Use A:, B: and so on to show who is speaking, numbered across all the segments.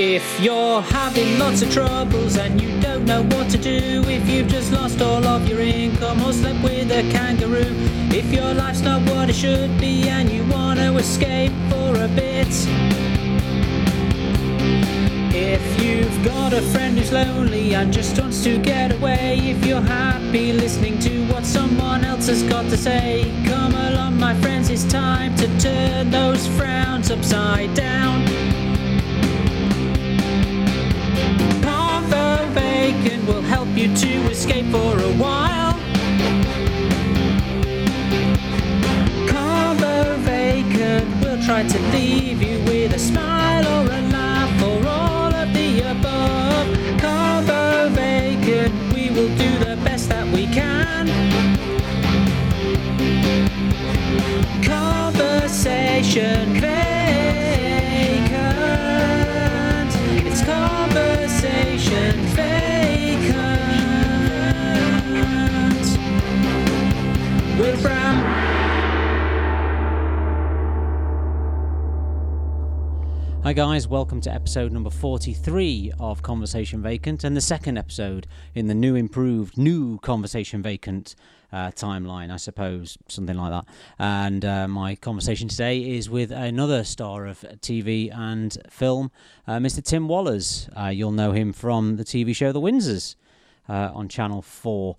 A: If you're having lots of troubles and you don't know what to do, if you've just lost all of your income or slept with a kangaroo, if your life's not what it should be and you want to escape for a bit, if you've got a friend who's lonely and just wants to get away, if you're happy listening to what someone else has got to say, come along, my friends, it's time to turn those frowns upside down. Parvo Bacon will help you to escape for a while. Convo Vacant will try to leave you with a smile or a laugh or all of the above. Convo Vacant, we will do the best that we can. Conversation Vacant. It's Conversation Vacant. With Bram. Hi, guys, welcome to episode number 43 of Conversation Vacant and the second episode in the new, improved, new Conversation Vacant uh, timeline, I suppose, something like that. And uh, my conversation today is with another star of TV and film, uh, Mr. Tim Wallers. Uh, you'll know him from the TV show The Windsors uh, on Channel 4.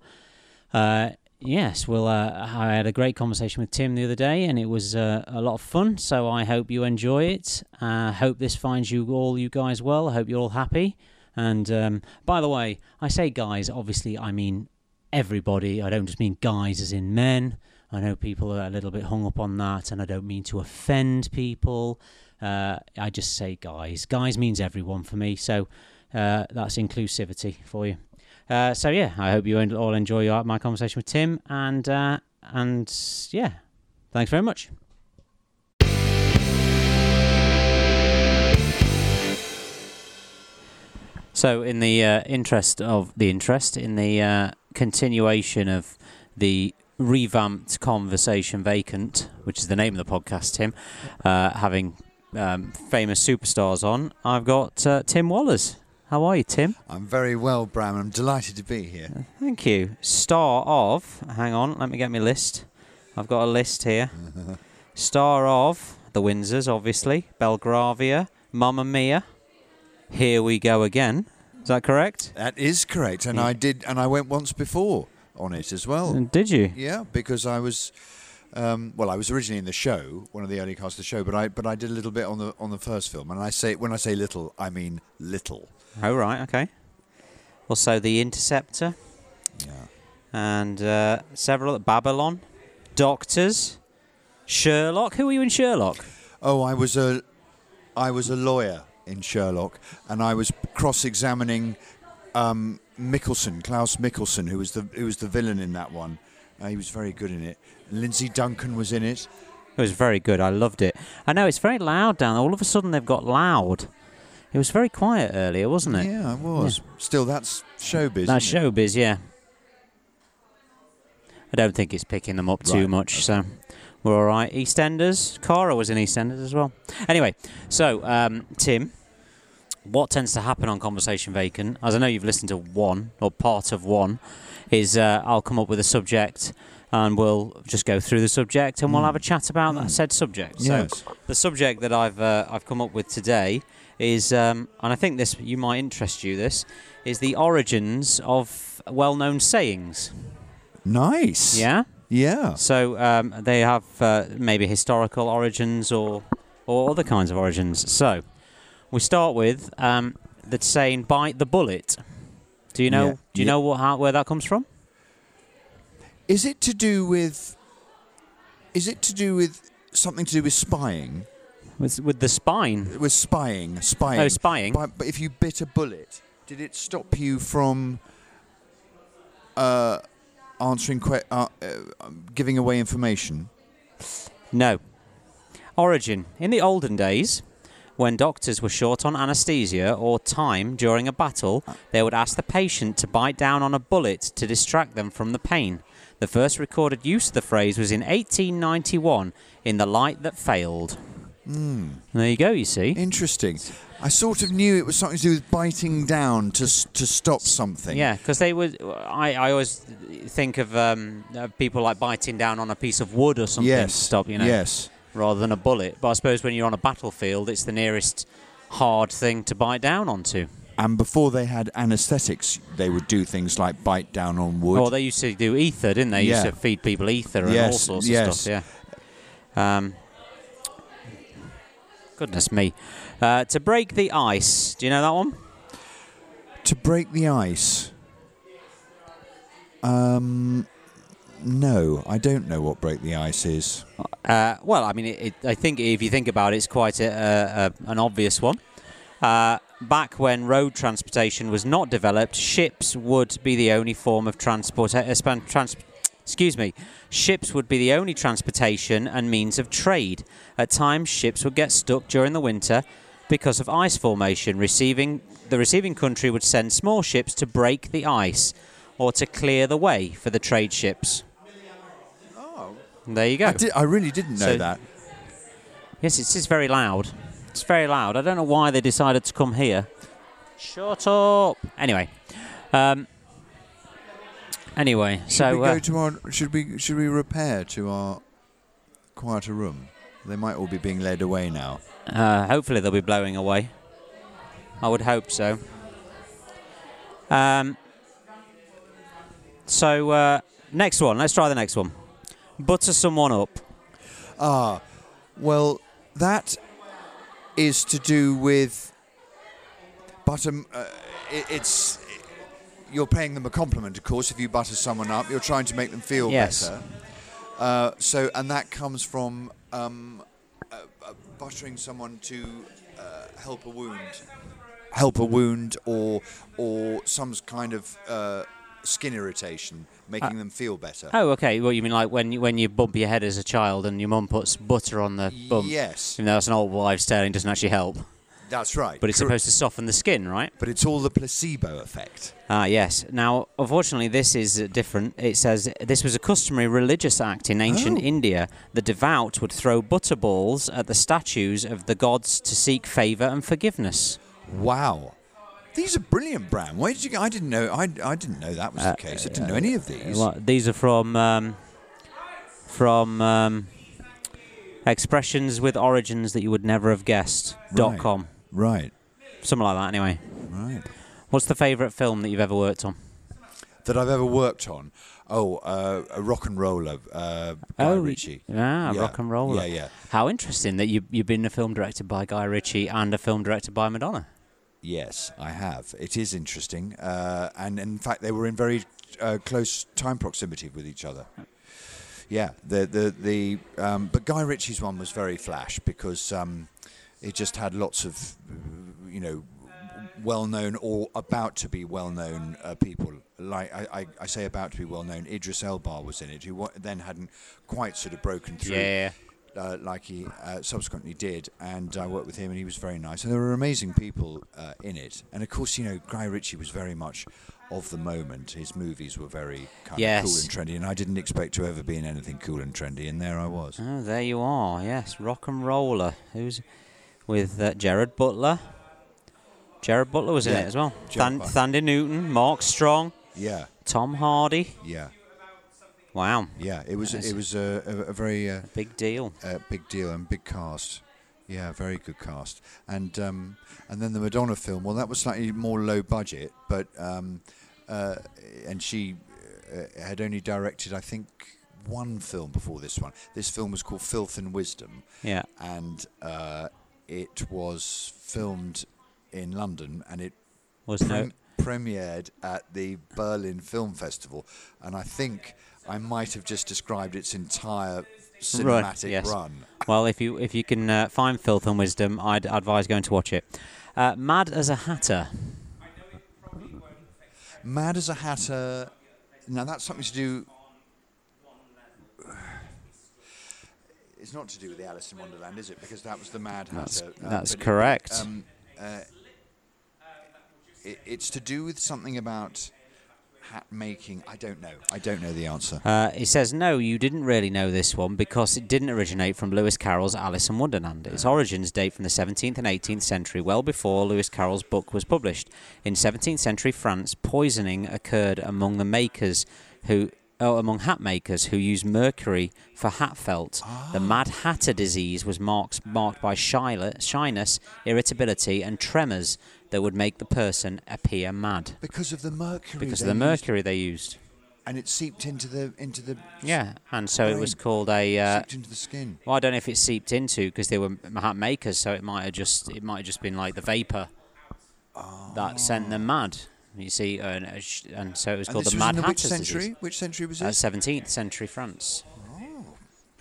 A: Uh, yes, well, uh, I had a great conversation with Tim the other day, and it was uh, a lot of fun. So I hope you enjoy it. uh, hope this finds you all, you guys, well. I hope you're all happy. And um, by the way, I say guys. Obviously, I mean everybody. I don't just mean guys as in men. I know people are a little bit hung up on that, and I don't mean to offend people. Uh, I just say guys. Guys means everyone for me, so uh, that's inclusivity for you. Uh, so yeah, I hope you en- all enjoy your, my conversation with Tim, and uh, and yeah, thanks very much. So, in the uh, interest of the interest, in the uh, continuation of the revamped conversation vacant, which is the name of the podcast, Tim, uh, having um, famous superstars on, I've got uh, Tim Wallers. How are you, Tim?
B: I'm very well, Bram. I'm delighted to be here.
A: Thank you. Star of. Hang on, let me get my list. I've got a list here. Star of the Windsors, obviously. Belgravia, Mamma Mia. Here we go again. Is that correct?
B: That is correct, and
A: Yeah.
B: I did, and I went once before on it as well.
A: And Did you?
B: Yeah, because I was, um, well, I was originally in the show, one of the early casts of the show, but I but I did a little bit on the on the first film, and I say when I say little, I mean little.
A: Oh right, okay. Also, The Interceptor
B: Yeah,
A: and uh, several Babylon, Doctors, Sherlock. Who are you in Sherlock?
B: Oh, I was a, I was a lawyer in Sherlock, and I was cross-examining um, Mickelson, Klaus Mickelson, who was the who was the villain in that one. Uh, he was very good in it. Lindsay Duncan was in it.
A: It was very good. I loved it. I know it's very loud down. there. All of a sudden, they've got loud. It was very quiet earlier, wasn't it?
B: Yeah, I was. Still, that's showbiz.
A: That's
B: isn't it?
A: showbiz, yeah. I don't think it's picking them up too
B: Right,
A: much, so we're all right. EastEnders, Cara was in EastEnders as well. Anyway, so um, Tim, what tends to happen on Conversation Vacant, as I know you've listened to one or part of one, is uh, I'll come up with a subject and we'll just go through the subject
B: Hmm.
A: and we'll have a chat about that said subject.
B: Yes.
A: So the subject that I've uh, I've come up with today is, um, and I think this you might interest you. This is the origins of well-known sayings.
B: Nice.
A: Yeah.
B: Yeah.
A: So um, they have uh, maybe historical origins or or other kinds of origins. So we start with um, the saying "bite the bullet." Do you know?
B: Yeah.
A: Do you
B: Yeah.
A: know what, how, where that comes from?
B: Is it to do with? Is it to do with something to do with spying?
A: With, with the spine.
B: With spying, spying.
A: Oh, spying.
B: But, but if you bit a bullet, did it stop you from uh, answering, que- uh, uh, um, giving away information?
A: No. Origin. In the olden days, when doctors were short on anaesthesia or time during a battle, they would ask the patient to bite down on a bullet to distract them from the pain. The first recorded use of the phrase was in 1891 in The Light That Failed. There you go, you see.
B: Interesting. I sort of knew it was something to do with biting down to s- to stop something.
A: Yeah, because they would. I, I always think of um, uh, people like biting down on a piece of wood or something
B: Yes.
A: to stop, you know,
B: Yes.
A: rather than a bullet. But I suppose when you're on a battlefield, it's the nearest hard thing to bite down onto.
B: And before they had anaesthetics, they would do things like bite down on wood.
A: Well, they used to do ether, didn't they?
B: Yeah.
A: Used to feed people ether and all
B: Yes,
A: sorts of
B: yes.
A: stuff. Yeah. Um, goodness me. Uh, to break the ice. Do you know that one?
B: to break the ice. Um, no, I don't know what break the ice is.
A: Uh, well, I mean, it, it, I think if you think about it, it's quite a, a, a, an obvious one. Uh, back when road transportation was not developed, ships would be the only form of transport. Uh, span- trans- excuse me, ships would be the only transportation and means of trade. At times, ships would get stuck during the winter because of ice formation. Receiving the receiving country would send small ships to break the ice or to clear the way for the trade ships. Oh, there you go.
B: I, di- I really didn't know
A: So-
B: that.
A: Yes, it's, it's very loud. It's very loud. I don't know why they decided to come here. Shut up. Anyway, um, anyway,
B: Should
A: so
B: we
A: uh,
B: go to our? Should we? Should we repair to our quieter room? They might all be being led away now.
A: uh, hopefully they'll be blowing away. I would hope so. Um, so uh, next one. Let's try the next one. Butter someone up.
B: Ah, well, that is to do with. But um, uh, it, it's you're paying them a compliment, of course. If you butter someone up, you're trying to make them feel
A: Yes.
B: better. Uh, so, and that comes from um, uh, uh, buttering someone to uh, help a wound, help a wound, or or some kind of uh, skin irritation, making them feel better.
A: Oh, okay. Well, you mean like when you, when you bump your head as a child and your mum puts butter on the bump?
B: Yes,
A: Even though that's an old wives' tale and doesn't actually help.
B: that's right.
A: But it's
B: Cor-
A: supposed to soften the skin, right?
B: but it's all the placebo effect.
A: Ah, yes. Now, unfortunately, this is uh, different. It says this was a customary religious act in ancient
B: Oh.
A: India. The devout would throw butter balls at the statues of the gods to seek favor and forgiveness.
B: Wow. These are brilliant, Bram. Why did you? I didn't know. I, I didn't know that was the case. I didn't know any of these.
A: Uh, Well, these are from um, from um, expressions with origins that you would never have guessed. dot
B: Right.
A: com,
B: Right,
A: something like that. Anyway,
B: right.
A: what's the favorite film that you've ever worked on?
B: That I've ever worked on. Oh, uh, a rock and roller, uh, Guy
A: Oh,
B: Ritchie.
A: Ah,
B: Yeah,
A: rock and roll.
B: Yeah, yeah,
A: How interesting that you you've been a film directed by Guy Ritchie and a film directed by Madonna.
B: yes, I have. It is interesting, uh, and in fact, they were in very uh, close time proximity with each other. Yeah, the the the. Um, but Guy Ritchie's one was very flash because um, it just had lots of, you know, well-known or about to be well-known uh, people. Like I, I, I say, about to be well-known. Idris Elba was in it, who wa- then hadn't quite sort of broken through.
A: Yeah.
B: Uh, like he uh, subsequently did, and I worked with him, and he was very nice. And there were amazing people uh, in it, and of course, you know, Guy Ritchie was very much of the moment. His movies were very kind of
A: Yes.
B: cool and trendy, and I didn't expect to ever be in anything cool and trendy, and there I was.
A: Oh, there you are. Yes, rock and roller. Who's with uh, Jared Butler? Jared Butler was in
B: Yeah,
A: it as well.
B: Gerard
A: Than-
B: Butler.
A: Thandie Newton, Mark Strong,
B: Yeah,
A: Tom Hardy.
B: yeah,
A: Wow,
B: yeah. It was
A: Nice.
B: it was a, a, a very uh,
A: big deal.
B: uh, big deal and big cast. Yeah, very good cast. And um, and then the Madonna film. Well, that was slightly more low budget, but um, uh, and she uh, had only directed, I think, one film before this one. This film was called Filth and Wisdom,
A: Yeah.
B: and uh, it was filmed in London, and it
A: Was no.
B: prem- premiered at the Berlin Film Festival, and I think I might have just described its entire cinematic
A: yes.
B: run.
A: Well, if you if you can uh, find Filth and Wisdom, I'd advise going to watch it. Uh, Mad as a Hatter.
B: Mad as a Hatter. Now that's something to do. It's not to do with the Alice in Wonderland, is it? Because that was the Mad
A: That's
B: Hatter. uh,
A: that's
B: but it-
A: correct.
B: um, uh, it, it's to do with something about hat making? I don't know. I don't know the answer.
A: Uh, he says, no, you didn't really know this one because it didn't originate from Lewis Carroll's Alice in Wonderland. Its origins date from the 17th and 18th century, well before Lewis Carroll's book was published. In 17th century France, poisoning occurred among the makers who. Oh, among hat makers who used mercury for hat felt,
B: Ah.
A: the Mad Hatter disease was marked, marked by shyla- shyness, irritability, and tremors that would make the person appear mad
B: Because of the mercury.
A: because of
B: they
A: the
B: used,
A: mercury they used.
B: and it seeped into the into the
A: Yeah, and so it was
B: Brain.
A: called a. Uh,
B: seeped into the skin.
A: well, I don't know if it seeped into because they were m- hat makers, so it might have just it might have just been like the vapor that sent them mad. You see, and, uh, sh- and so it was
B: And
A: called
B: this
A: the
B: was
A: Mad
B: in
A: Hatter
B: which
A: disease.
B: century? Which century was
A: Uh,
B: this?
A: 17th century France.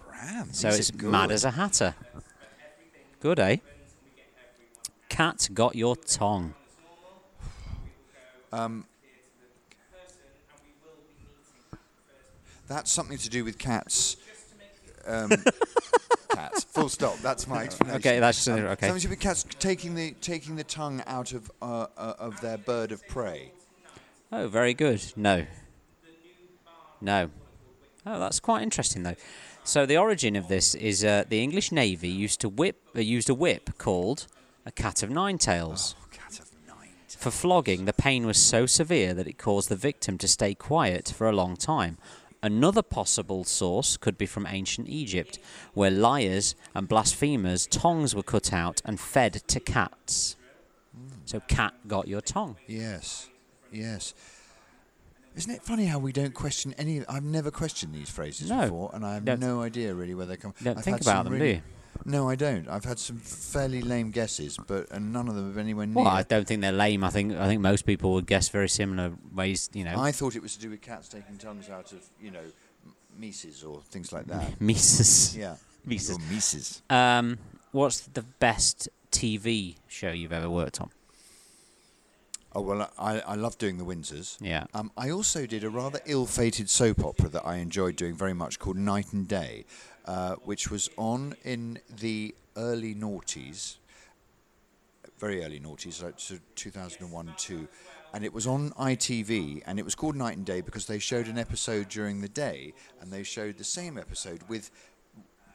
B: Bram,
A: So
B: these are
A: it's
B: good.
A: mad as a hatter. Good, eh? Cat got your tongue.
B: That's something to do with cats. Um, cats. Full stop. That's my explanation.
A: Okay, that's
B: Um,
A: okay.
B: Something to do with cats taking the taking the tongue out of uh, uh, of their bird of prey.
A: Oh, very good. No. No. Oh, that's quite interesting though. So the origin of this is uh, the English Navy used to whip uh, used a whip called a cat of nine tails.
B: Cat of night.
A: For flogging, the pain was so severe that it caused the victim to stay quiet for a long time. Another possible source could be from ancient Egypt, where liars and blasphemers' tongues were cut out and fed to cats. So cat got your tongue.
B: Yes, yes. Isn't it funny how we don't question any? I've never questioned these phrases
A: No.
B: before, and I have
A: Don't-
B: no idea really where they come.
A: Don't
B: I've
A: think
B: had some
A: about them, do
B: really-
A: you?
B: No, I don't. I've had some fairly lame guesses, but and none of them have anywhere near.
A: Well, I don't think they're lame. I think I think most people would guess very similar ways. You know,
B: I thought it was to do with cats taking tongues out of, you know, m- Mises or things like that.
A: Mises.
B: Yeah.
A: Mises.
B: Or Mises.
A: Um, what's the best TV show you've ever worked on?
B: Oh, well, I, I love doing the Windsors.
A: Yeah.
B: Um, I also did a rather ill fated soap opera that I enjoyed doing very much called Night and Day, uh, which was on in the early noughties, very early noughties, like sort of 2001 2. And it was on ITV, and it was called Night and Day because they showed an episode during the day, and they showed the same episode with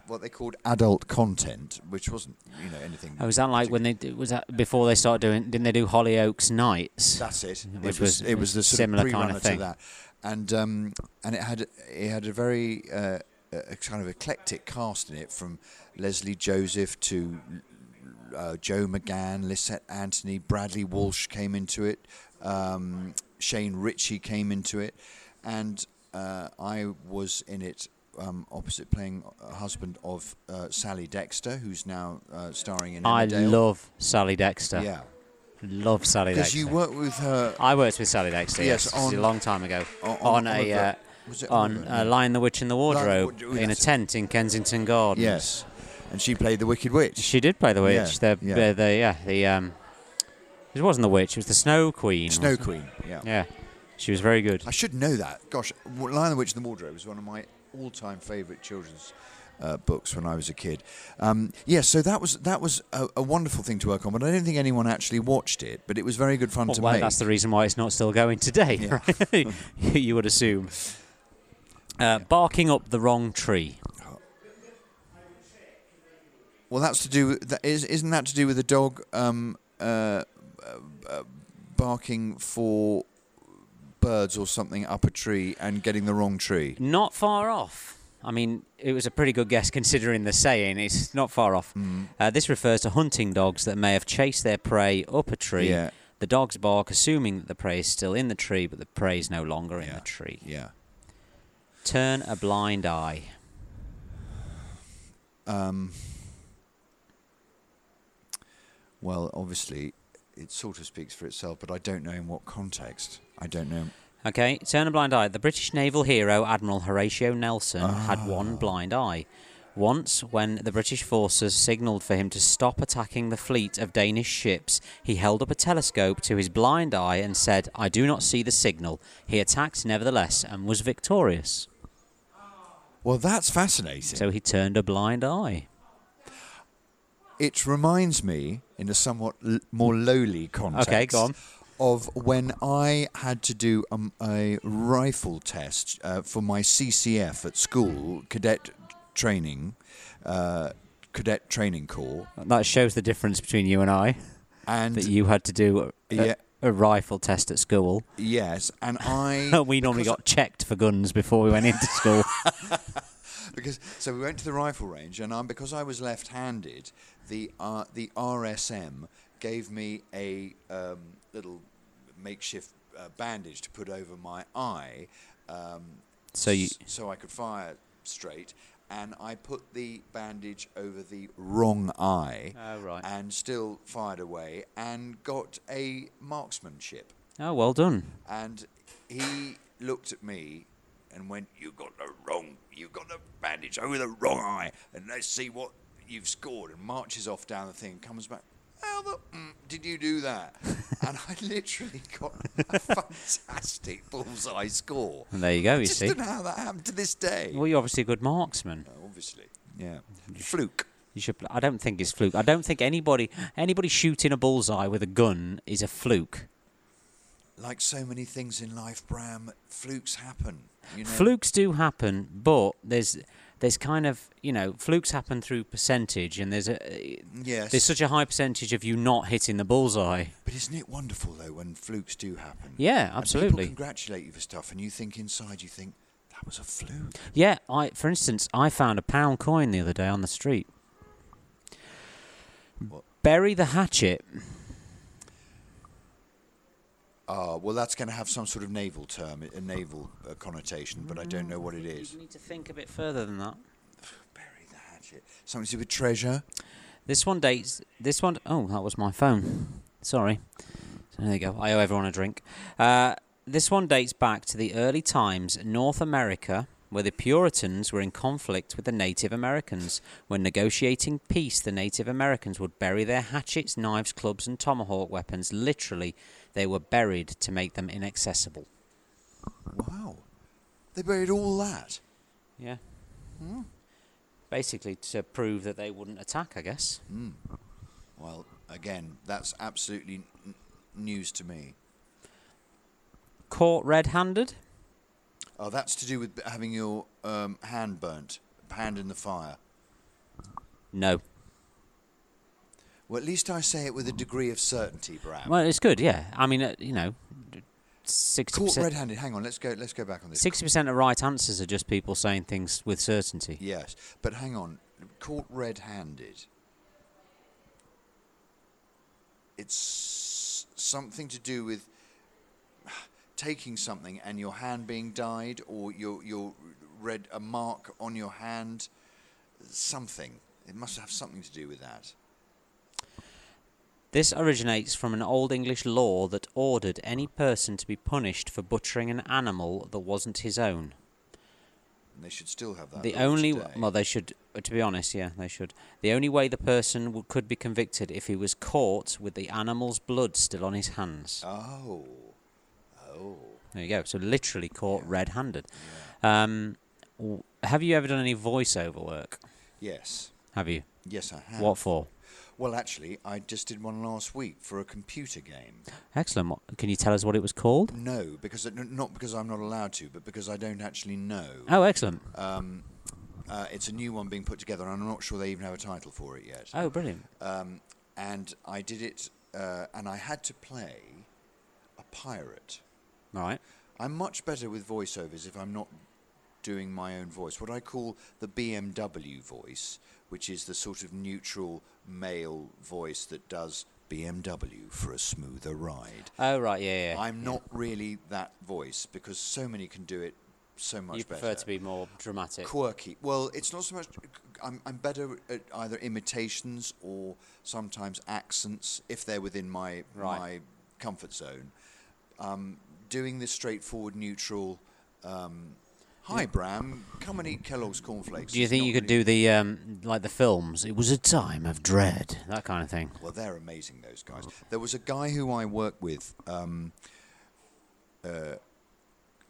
B: what they called adult content, which wasn't, you know, anything.
A: Oh, was that like when they d- was that before they started doing? Didn't they do Hollyoaks nights?
B: That's it.
A: Which
B: it was,
A: was
B: it was the sort
A: similar
B: of
A: kind of
B: pre-runner
A: thing.
B: to that, and um, and it had it had a very uh, a kind of eclectic cast in it, from Leslie Joseph to uh, Joe McGann, Lisette Anthony, Bradley Walsh came into it, um, Shane Ritchie came into it, and uh, I was in it. Um, opposite playing a husband of uh, Sally Dexter, who's now uh, starring in
A: I
B: Emmerdale.
A: love Sally Dexter.
B: yeah,
A: Love Sally
B: because
A: Dexter.
B: you worked with her
A: I worked with Sally Dexter. Yes,
B: Yes,
A: this is a
B: on-
A: long time ago on,
B: on,
A: a.
B: the-
A: uh,
B: was it
A: on
B: the-
A: uh, Lion the Witch in the
B: the
A: Wardrobe
B: Witch- oh,
A: in a
B: that's it.
A: tent in Kensington Gardens.
B: Yes, and she played the Wicked Witch.
A: She did play the witch.
B: Yeah,
A: the,
B: yeah.
A: the, the yeah the um, it wasn't the witch. It was the Snow Queen.
B: Snow
A: wasn't it?
B: Queen. Yeah.
A: Yeah, she was very good.
B: I should know that. Gosh, w- Lion the Witch in the Wardrobe was one of my all-time favourite children's uh, books when I was a kid. Um, yeah, so that was that was a, a wonderful thing to work on, but I don't think anyone actually watched it. But it was very good fun
A: Well,
B: to
A: well,
B: make.
A: that's the reason why it's not still going today.
B: Yeah.
A: right? you would assume. Uh, barking up the wrong tree.
B: well, that's to do. With, that is, isn't that to do with the dog um, uh, uh, uh, barking for birds or something up a tree and getting the wrong tree?
A: Not far off. I mean, it was a pretty good guess considering the saying. It's not far off.
B: Mm.
A: Uh, this refers to hunting dogs that may have chased their prey up a tree.
B: Yeah.
A: The dogs bark, assuming that the prey is still in the tree, but the prey is no longer in
B: Yeah.
A: the tree.
B: Yeah.
A: Turn a blind eye.
B: Um, well, obviously, it sort of speaks for itself, but I don't know in what context. I don't know.
A: Okay, turn a blind eye. The British naval hero Admiral Horatio Nelson had one blind eye. Once, when the British forces signalled for him to stop attacking the fleet of Danish ships, he held up a telescope to his blind eye and said, I do not see the signal. He attacked nevertheless and was victorious.
B: Well, that's fascinating.
A: So he turned a blind eye.
B: it reminds me, in a somewhat l- more lowly context,
A: Okay, go on.
B: of when I had to do um, a rifle test uh, for my CCF at school, cadet training, uh, cadet training corps,
A: That shows the difference between you and I.
B: and
A: That you had to do a, a-
B: yeah,
A: a rifle test at school.
B: yes, and I
A: we normally got checked for guns before we went into school.
B: because so we went to the rifle range, and um, because I was left-handed, the uh, the RSM gave me a um, little makeshift uh, bandage to put over my eye. Um,
A: So you,
B: s- so I could fire straight, and I put the bandage over the wrong eye,
A: oh right,
B: and still fired away, and got a marksmanship.
A: oh well done.
B: And he looked at me and went, "You got the wrong. You got the bandage over the wrong eye, and let's see what you've scored." And marches off down the thing, and comes back. How the mm, did you do that? and I literally got a fantastic bullseye score.
A: And there you go. You
B: Just
A: see,
B: don't know how that happened to this day.
A: well you're obviously a good marksman.
B: Uh, obviously. Yeah. Fluke.
A: You should. I don't think it's fluke. I don't think anybody anybody shooting a bullseye with a gun is a fluke.
B: Like so many things in life, Bram, flukes happen. You know?
A: Flukes do happen, but there's there's kind of you know flukes happen through percentage, and there's a
B: Yes.
A: there's such a high percentage of you not hitting the bullseye.
B: but isn't it wonderful, though, when flukes do happen?
A: Yeah,
B: And People
A: absolutely.
B: congratulate you for stuff, and you think inside, you think, that was a fluke.
A: Yeah, I for instance, I found a pound coin the other day on the street. Bury the hatchet.
B: Ah, well, that's going to have some sort of naval term, a naval uh, connotation, but I don't know what it is.
A: You need to think a bit further than that.
B: Bury the hatchet. Something to do with treasure?
A: This one dates. This one oh, that was my phone. Sorry. So there you go. I owe everyone a drink. Uh, this one dates back to the early times in North America, where the Puritans were in conflict with the Native Americans. When negotiating peace, the Native Americans would bury their hatchets, knives, clubs, and tomahawk weapons. Literally, they were buried to make them inaccessible.
B: Wow. They buried all that.
A: Yeah. Basically, to prove that they wouldn't attack, I guess.
B: Well, again, that's absolutely n- news to me.
A: Caught red-handed.
B: Oh, that's to do with having your um, hand burnt, hand in the fire.
A: No.
B: Well, at least I say it with a degree of certainty, Bram.
A: Well, it's good, yeah. I mean, uh, you know, sixty
B: Caught
A: percent.
B: red-handed. Hang on, let's go. Let's go back on this.
A: Sixty percent of right answers are just people saying things with certainty.
B: Yes, but hang on. Caught red-handed. It's something to do with taking something and your hand being dyed, or your your red a mark on your hand. Something. It must have something to do with that.
A: This originates from an old English law that ordered any person to be punished for butchering an animal that wasn't his own.
B: And they should still have that.
A: The
B: law
A: only
B: today.
A: well, they should, uh, to be honest, yeah, they should. The only way the person w- could be convicted if he was caught with the animal's blood still on his hands.
B: Oh, oh.
A: There you go. So literally caught red-handed. Um, w- have you ever done any voiceover work?
B: Yes,
A: Have you?
B: yes, I have.
A: What for?
B: Well, actually, I just did one last week for a computer game.
A: Excellent. What- Can you tell us what it was called?
B: No, because n- not because I'm not allowed to, but because I don't actually know.
A: Oh, excellent.
B: Um, uh, it's a new one being put together, and I'm not sure they even have a title for it yet.
A: Oh, brilliant.
B: Um, and I did it, uh, and I had to play a pirate.
A: All right.
B: I'm much better with voiceovers if I'm not doing my own voice. What I call the BMW voice, which is the sort of neutral male voice that does BMW for a smoother ride.
A: Oh, right. Yeah, yeah.
B: I'm not really that voice because so many can do it so much
A: you
B: better.
A: prefer to be more dramatic.
B: quirky. Well, it's not so much. I'm, I'm better at either imitations or sometimes accents if they're within my
A: Right.
B: my comfort zone. Um, doing this straightforward, neutral. Um, Hi, Bram. Come and eat Kellogg's cornflakes.
A: Do you
B: It's
A: think
B: not
A: you could
B: really-
A: do the um, like the films? It was a time of dread, that kind of thing.
B: Well, they're amazing. Those guys. There was a guy who I worked with. Um, uh,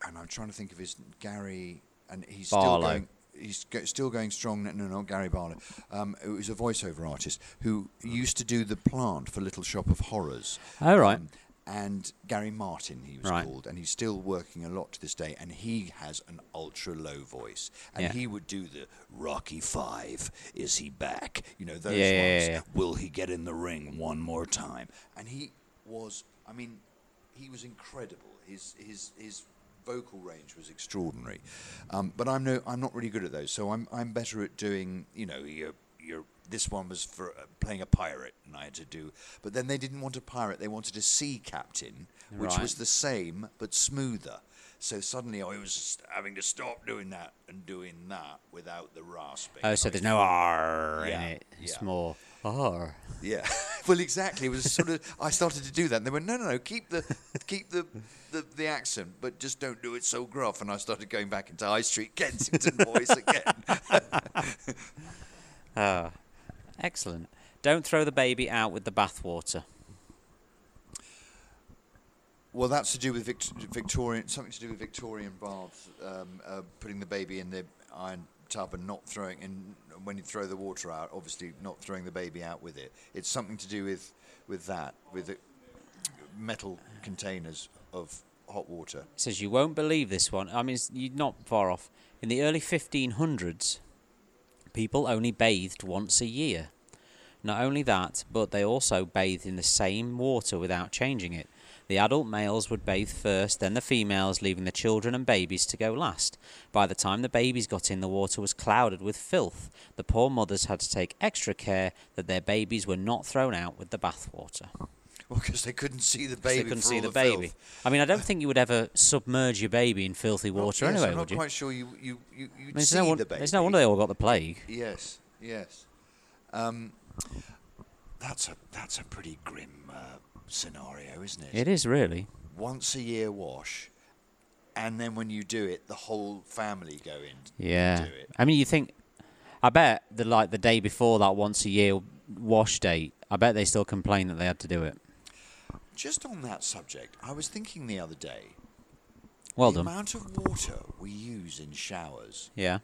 B: and I'm trying to think of his Gary, and he's
A: Barlow.
B: still going. He's go, still going strong. No, no, not Gary Barlow. Um, it was a voiceover artist who used to do the plant for Little Shop of Horrors.
A: Oh, right.
B: Um, and Gary Martin, he was
A: Right.
B: called, and he's still working a lot to this day. And he has an ultra low voice, and
A: Yeah.
B: he would do the Rocky Five. Is he back? You know those
A: Yeah, yeah,
B: ones.
A: yeah, yeah.
B: Will he get in the ring one more time? And he was, I mean, he was incredible. His his his vocal range was extraordinary. Um, but I'm no, I'm not really good at those. So I'm I'm better at doing, you know, your your. This one was for uh, playing a pirate, and I had to do. But then they didn't want a pirate; they wanted a sea captain, which
A: Right.
B: was the same but smoother. So suddenly, I was having to stop doing that and doing that without the rasping.
A: Oh, so
B: I was
A: there's no R in
B: Yeah,
A: it. It's
B: yeah.
A: more R.
B: yeah. well, exactly. It was sort of. I started to do that, and they went, "No, no, no. Keep the, keep the, the, the accent, but just don't do it so gruff." And I started going back into High Street Kensington voice again.
A: Ah, excellent. Don't throw the baby out with the bathwater.
B: Well, that's to do with Vict- Victorian, something to do with Victorian baths, um, uh, putting the baby in the iron tub and not throwing, and when you throw the water out, obviously not throwing the baby out with it. It's something to do with, with that, with the metal containers of hot water.
A: It says you won't believe this one. I mean, it's, you're not far off. In the early 1500s, people only bathed once a year. Not only that, but they also bathed in the same water without changing it. The adult males would bathe first, then the females, leaving the children and babies to go last. By the time the babies got in, the water was clouded with filth. The poor mothers had to take extra care that their babies were not thrown out with the bathwater.
B: Well, because they couldn't see the
A: 'cause
B: baby.
A: they couldn't
B: for
A: see
B: all
A: the,
B: the
A: baby.
B: filth.
A: I mean, I don't think you would ever submerge your baby in filthy water
B: yes,
A: anyway,
B: I'm not
A: would you?
B: quite sure you you you you'd
A: I mean, it's
B: see
A: no, won-
B: the baby.
A: it's no wonder they all got the plague.
B: Yes, yes. Um, that's a that's a pretty grim uh, scenario, isn't it?
A: It is really.
B: Once a year wash, and then when you do it, the whole family go in. t-
A: Yeah.
B: Do it.
A: I mean, you think? I bet the like the day before that once a year wash date. I bet they still complain that they had to do it.
B: Just on that subject, I was thinking the other day.
A: Well
B: the
A: done.
B: amount of water we use in showers.
A: Yeah.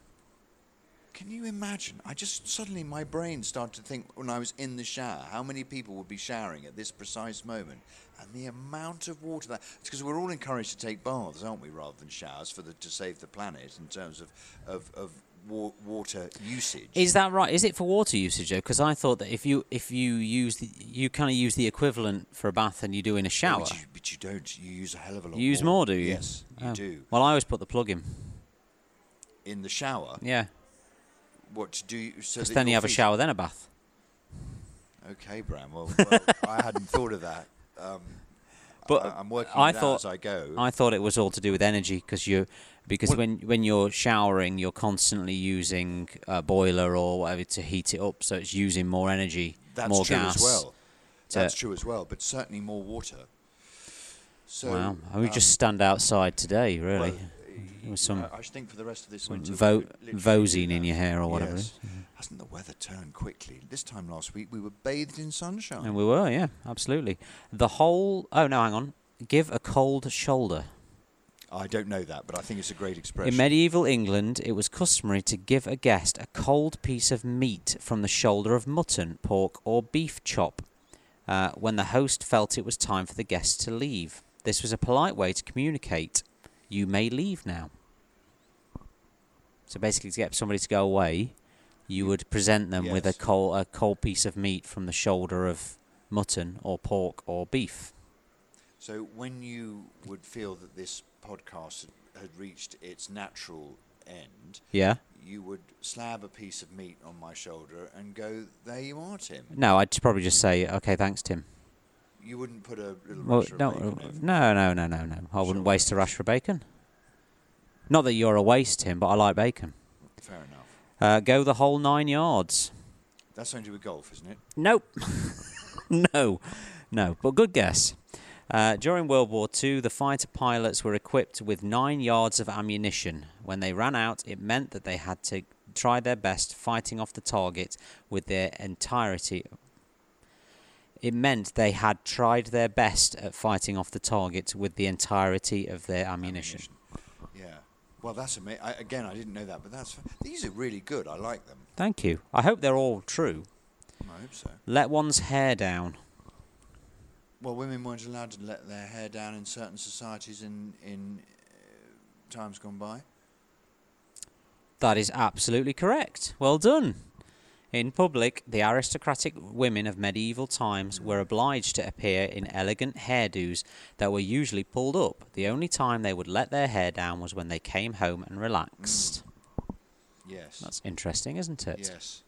B: Can you imagine? I just suddenly my brain started to think when I was in the shower, how many people would be showering at this precise moment, and the amount of water that it's because we're all encouraged to take baths, aren't we, rather than showers for the to save the planet in terms of of, of wa- water usage.
A: Is that right? Is it for water usage though? Because I thought that if you if you use the, you kind of use the equivalent for a bath and you do in a shower.
B: But you, but you don't. You use a hell of a lot.
A: You use more, do you?
B: Yes, you
A: Oh.
B: do.
A: Well, I always put the plug in.
B: In the shower,
A: Yeah.
B: what to do? So
A: Because
B: that
A: then you
B: your
A: have a
B: feet-
A: shower, then a bath.
B: Okay, Bram. Well, well I hadn't thought of that. Um,
A: But
B: I, am working.
A: I
B: it out
A: thought-
B: as I go.
A: I thought it was all to do with energy because you because when when you're showering you're constantly using a boiler or whatever to heat it up so it's using more energy
B: That's
A: more
B: true
A: gas
B: as well.
A: to-
B: That's true as well, but certainly more water. So,
A: wow and we
B: um,
A: just stand outside today really
B: well,
A: There was some
B: I- I should think for the rest of this
A: some
B: winter. we
A: vo-
B: could literally
A: vosine
B: do
A: in
B: that.
A: your hair or whatever it
B: Yes.
A: is.
B: Hasn't the weather turned quickly? This time last week we were bathed in sunshine.
A: and we were yeah absolutely the whole oh no hang on give a cold shoulder
B: I don't know that, but I think it's a great
A: In
B: expression.
A: medieval England, it was customary to give a guest a cold piece of meat from the shoulder of mutton, pork, or beef chop uh, when the host felt it was time for the guest to leave. This was a polite way to communicate, you may leave now. So basically, to get somebody to go away, you would present them with a
B: Yes.
A: cold, a cold piece of meat from the shoulder of mutton, or pork, or beef.
B: so when you would feel that this podcast had reached its natural end,
A: Yeah?
B: you would slab a piece of meat on my shoulder and go, "There you are, Tim."
A: No, I'd probably just say, okay, thanks, Tim.
B: You wouldn't put a little
A: Well,
B: rasher of
A: no, uh,
B: bacon over
A: no, no, no, no, no. I
B: Sure.
A: wouldn't waste a rasher of bacon. Not that you're a waste, Tim, but I like bacon.
B: it. Fair enough.
A: Uh, go the whole nine yards.
B: That's something to do with golf, isn't it?
A: Nope. no, no. But good guess. Uh, during World War II, the fighter pilots were equipped with nine yards of ammunition. When they ran out, it meant that they had to try their best fighting off the target with their entirety. It meant they had tried their best at fighting off the target with the entirety of their ammunition.
B: Yeah. Well, that's amazing. I, again, I didn't know that, but that's these are really good. I like them.
A: Thank you. I hope they're all true.
B: I hope so.
A: Let one's hair down.
B: well, women weren't allowed to let their hair down in certain societies in in uh, times gone by.
A: That is absolutely correct. Well done. In public, the aristocratic women of medieval times were obliged to appear in elegant hairdos that were usually pulled up. The only time they would let their hair down was when they came home and relaxed.
B: Yes.
A: That's interesting, isn't it?
B: Yes.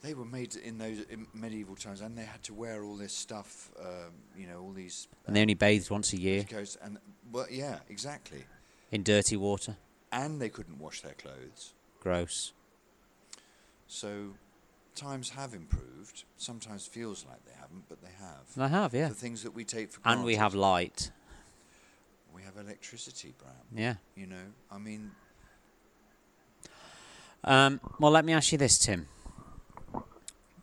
B: They were made in those in medieval times, and they had to wear all this stuff. Um, you know, all these
A: And they only bathed once a year
B: coats, and well, yeah, exactly.
A: in dirty water.
B: And they couldn't wash their clothes.
A: Gross.
B: So times have improved. Sometimes feels like they haven't, but they have.
A: And I have, yeah.
B: The things that we take for granted.
A: And we have light.
B: we have electricity, Bram.
A: Yeah.
B: You know, I mean,
A: Um, well, let me ask you this, Tim.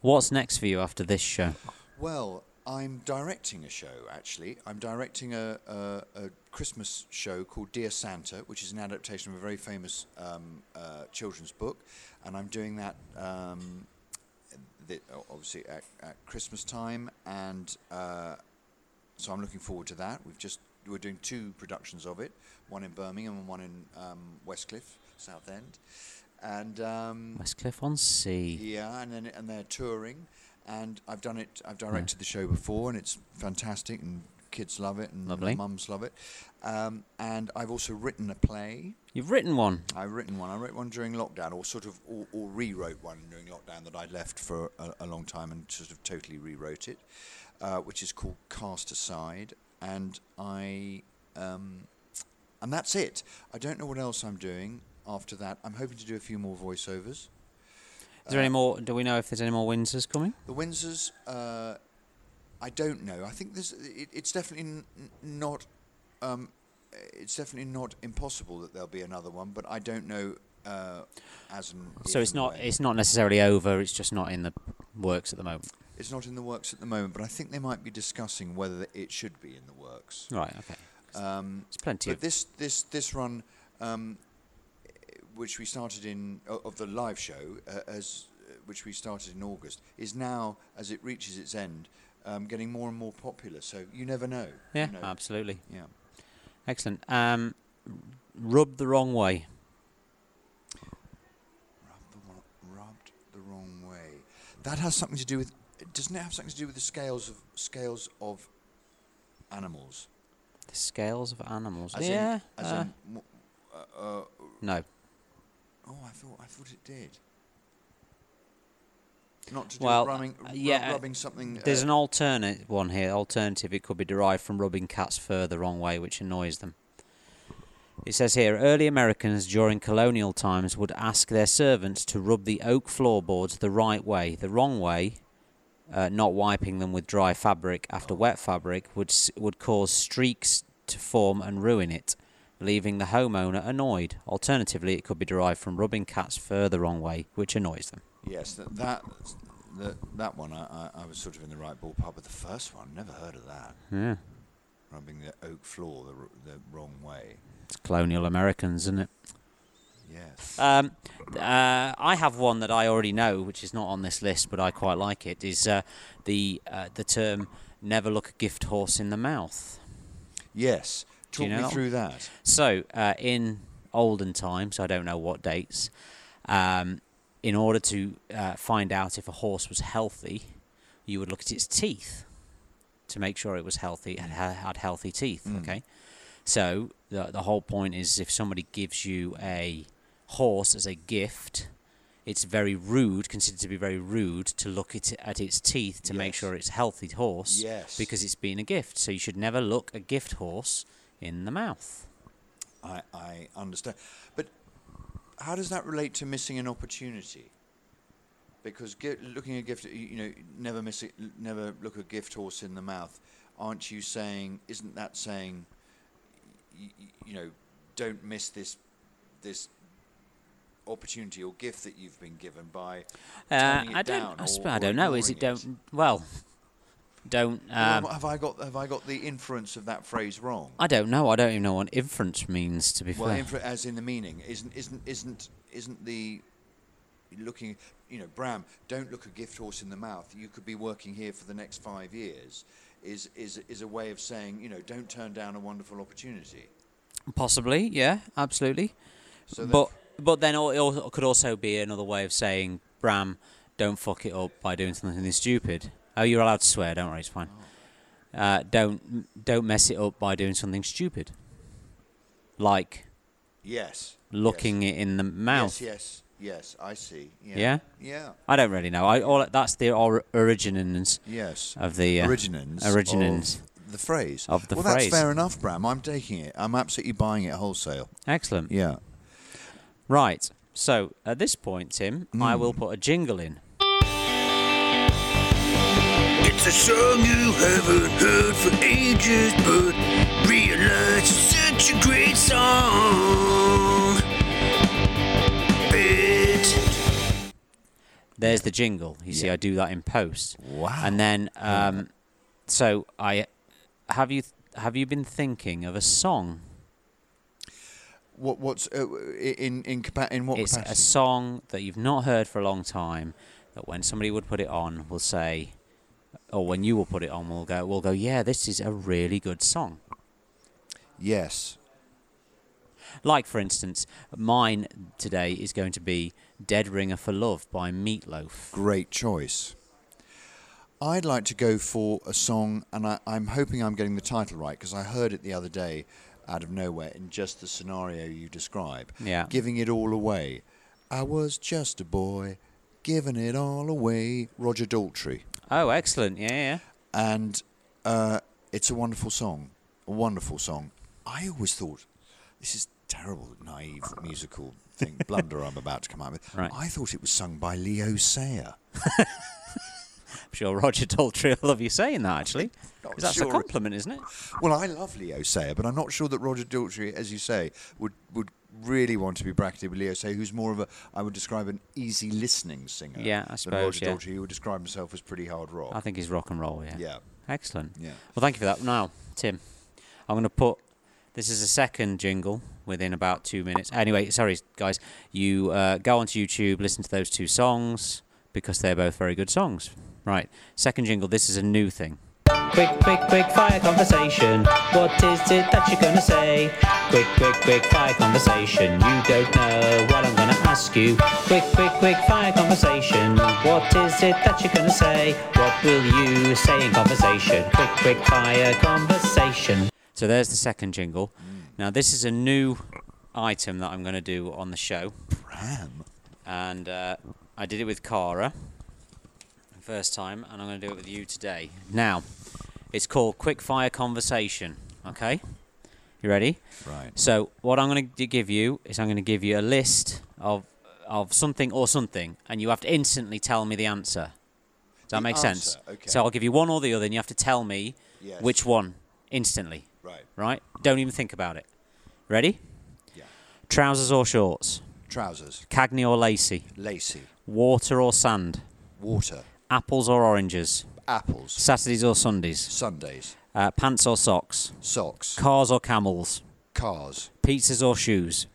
A: What's next for you after this show?
B: well, I'm directing a show. Actually, I'm directing a, a, a Christmas show called Dear Santa, which is an adaptation of a very famous um, uh, children's book, and I'm doing that. Um, the, obviously at, at Christmas time, and uh, so I'm looking forward to that. We've just we're doing two productions of it, one in Birmingham and one in um, Westcliff, Southend, and um,
A: Westcliff on Sea.
B: Yeah, and then and they're touring, and I've done it. I've directed the show before, and it's fantastic, and kids love it, and
A: Lovely.
B: mums love it. Um, and I've also written a play.
A: You've written one.
B: I've written one. I wrote one during lockdown, or sort of, or, or rewrote one during lockdown that I'd left for a, a long time and sort of totally rewrote it, uh, which is called Cast Aside. And I, um, and that's it. I don't know what else I'm doing after that. I'm hoping to do a few more voiceovers.
A: Is there any more? Do we know if there's any more Windsors coming?
B: The Windsors, uh, I don't know. I think this it, it's definitely n- n- not. Um, it's definitely not impossible that there'll be another one, but I don't know. Uh, as an
A: So
B: if
A: it's
B: and
A: not
B: when.
A: it's not necessarily over. It's just not in the works at the moment.
B: It's not in the works at the moment, but I think they might be discussing whether it should be in the works.
A: Right. Okay.
B: Um,
A: It's plenty
B: but
A: of
B: this this this run, um, which we started in o- of the live show, uh, as uh, which we started in August, is now as it reaches its end, um, getting more and more popular. So you never know.
A: yeah.
B: You know.
A: Absolutely.
B: Yeah.
A: Excellent. Um, rubbed the wrong way.
B: Rubbed the, wrong, rubbed the wrong way. That has something to do with. Doesn't it have something to do with the scales of scales of animals?
A: The scales of animals.
B: As
A: yeah.
B: In, as
A: uh,
B: in, w- uh, uh,
A: no.
B: Oh, I thought I thought it did. Not to do
A: Well,
B: with rubbing,
A: uh,
B: rub-
A: yeah, uh,
B: rubbing something.
A: There's
B: uh,
A: an alternate one here. Alternative, it could be derived from rubbing cats' fur the wrong way, which annoys them. It says here early Americans during colonial times would ask their servants to rub the oak floorboards the right way. The wrong way, uh, not wiping them with dry fabric after wet fabric, would, s- would cause streaks to form and ruin it, leaving the homeowner annoyed. Alternatively, it could be derived from rubbing cats' fur the wrong way, which annoys them.
B: yes, that that, that, that one. I, I, I was sort of in the right ballpark, but the first one, never heard of that.
A: Yeah.
B: Rubbing the oak floor the, r- the wrong way.
A: It's colonial Americans, isn't it?
B: Yes.
A: Um, uh, I have one that I already know, which is not on this list, but I quite like it. Is uh, the uh, the term "never look a gift horse in the mouth"?
B: yes.
A: do
B: Talk
A: you know that
B: me
A: one?
B: through that.
A: So, uh, in olden times, I don't know what dates, um, in order to uh, find out if a horse was healthy, you would look at its teeth to make sure it was healthy and ha- had healthy teeth.
B: Mm.
A: Okay. So, the, the whole point is if somebody gives you a horse as a gift, it's very rude, considered to be very rude, to look at, at its teeth to make
B: Yes.
A: sure it's a healthy horse
B: Yes.
A: because it's been a gift. So, you should never look a gift horse in the mouth.
B: I, I understand. But how does that relate to missing an opportunity? Because gi- looking a gift, y- you know, never miss it, never look a gift horse in the mouth. Aren't you saying? Isn't that saying? You, you know, don't miss this this opportunity or gift that you've been given by.
A: Uh,
B: toning it
A: I don't.
B: down
A: I,
B: or-
A: sp-
B: or
A: I don't know. Is it
B: ignoring
A: don't? Well, don't. Um,
B: Well, have I got have I got the inference of that phrase wrong?
A: I don't know. I don't even know what inference means. To be
B: Well,
A: fair,
B: infra- as in the meaning, isn't isn't isn't isn't the looking? You know, Bram, don't look a gift horse in the mouth. You could be working here for the next five years. is, is, is a way of saying, you know, don't turn down a wonderful opportunity.
A: Possibly, yeah, absolutely.
B: So
A: but but then al- it also could also be another way of saying, Bram, don't fuck it up by doing something stupid. Oh, you're allowed to swear, don't worry, it's fine.
B: Oh.
A: Uh, don't don't mess it up by doing something stupid, like
B: Yes.
A: looking it in the mouth.
B: Yes, yes, yes. I see. Yeah.
A: Yeah?
B: Yeah.
A: I don't really know. I all that's the or- originins
B: Yes.
A: of the uh,
B: Originins.
A: originins.
B: Of the phrase.
A: Of the
B: well,
A: phrase.
B: that's fair enough, Bram. I'm taking it. I'm absolutely buying it wholesale.
A: Excellent.
B: Yeah.
A: Right. So at this point, Tim, I will put a jingle in.
C: It's a song you haven't heard for ages, but realize it's such a great song. It
A: There's the jingle. You see, I do that in post.
B: Wow.
A: And then, um, so I have you have you been thinking of a song?
B: What what's uh, in in capa- in what
A: it's a
B: capacity?
A: song that you've not heard for a long time. That when somebody would put it on, will say, or when you will put it on, we'll go, we'll go. Yeah, this is a really good song.
B: yes.
A: Like for instance, mine today is going to be "Dead Ringer for Love" by Meatloaf.
B: Great choice. I'd like to go for a song, and I, I'm hoping I'm getting the title right because I heard it the other day out of nowhere in just the scenario you describe.
A: Yeah.
B: Giving it all away. I was just a boy, giving it all away. Roger Daltrey.
A: Oh, excellent! Yeah, yeah.
B: And uh, it's a wonderful song. A wonderful song. I always thought this is terrible, naive musical thing, blunder I'm about to come out with.
A: Right.
B: I thought it was sung by Leo Sayer.
A: I'm sure Roger Daltrey will love you saying that. Actually,
B: Not
A: 'Cause that's
B: sure.
A: a compliment, isn't it?
B: Well, I love Leo Sayer, but I'm not sure that Roger Daltrey, as you say, would would really want to be bracketed with Leo Sayer, who's more of a I would describe an easy listening singer.
A: Yeah, I
B: Than
A: suppose,
B: Roger
A: yeah.
B: Daltrey, who would describe himself as pretty hard rock.
A: I think he's rock and roll. Oh. Yeah.
B: yeah,
A: Excellent.
B: yeah.
A: Well, thank you for that. Now, Tim, I'm going to put this is a second jingle within about two minutes. Anyway, sorry guys, you uh, go onto YouTube, listen to those two songs because they're both very good songs. Right, second jingle. This is a new thing.
D: Quick, quick, quick fire conversation. What is it that you're gonna say? Quick, quick, quick fire conversation. You don't know what I'm gonna ask you. Quick, quick, quick fire conversation. What is it that you're gonna say? What will you say in conversation? Quick, quick fire conversation.
A: So there's the second jingle. Now this is a new item that I'm going to do on the show.
B: Bram,
A: and uh, I did it with Cara first time, and I'm going to do it with you today. Now, it's called Quick Fire Conversation. Okay, you ready?
B: right?
A: So what I'm going to give you is I'm going to give you a list of of something or something, and you have to instantly tell me the answer. Does that
B: The
A: make sense?
B: answer, okay.
A: So I'll give you one or the other, and you have to tell me
B: Yes.
A: which one instantly.
B: Right.
A: Right? Don't even think about it. Ready?
B: Yeah.
A: Trousers or shorts?
B: Trousers,
A: Cagney or Lacey?
B: lacy,
A: Water or sand?
B: water,
A: Apples or oranges?
B: apples,
A: Saturdays or Sundays?
B: Sundays,
A: Uh, pants or socks?
B: socks,
A: Cars or camels?
B: cars,
A: Pizzas or shoes?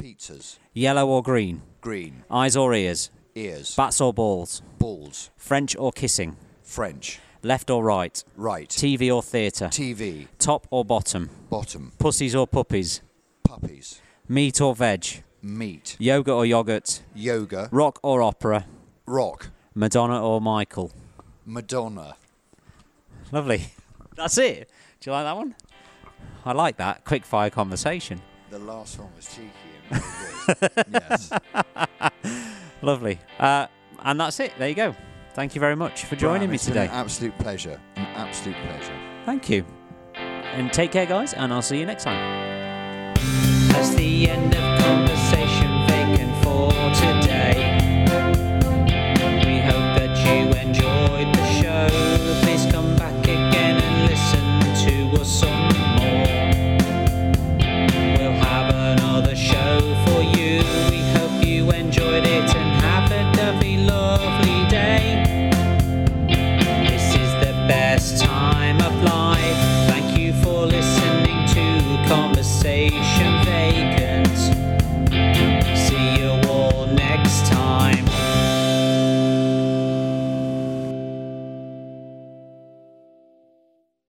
B: pizzas,
A: Yellow or green?
B: green,
A: Eyes or ears?
B: ears,
A: Bats or balls?
B: balls,
A: French or kissing?
B: French,
A: Left or right?
B: right,
A: TV or theatre?
B: TV,
A: Top or bottom?
B: bottom,
A: Pussies or puppies?
B: puppies,
A: Meat or veg?
B: meat,
A: Yoga or yogurt?
B: yoga,
A: Rock or opera?
B: rock,
A: Madonna or Michael?
B: Madonna.
A: Lovely. That's it. Do you like that one? I like that. Quick fire conversation.
B: The last one was cheeky and really good. yes.
A: Lovely. Uh, and that's it. There you go. Thank you very much for joining
B: Graham,
A: me
B: it's been
A: today.
B: An absolute pleasure. An absolute pleasure.
A: Thank you. And take care, guys, and I'll see you next time.
D: That's the end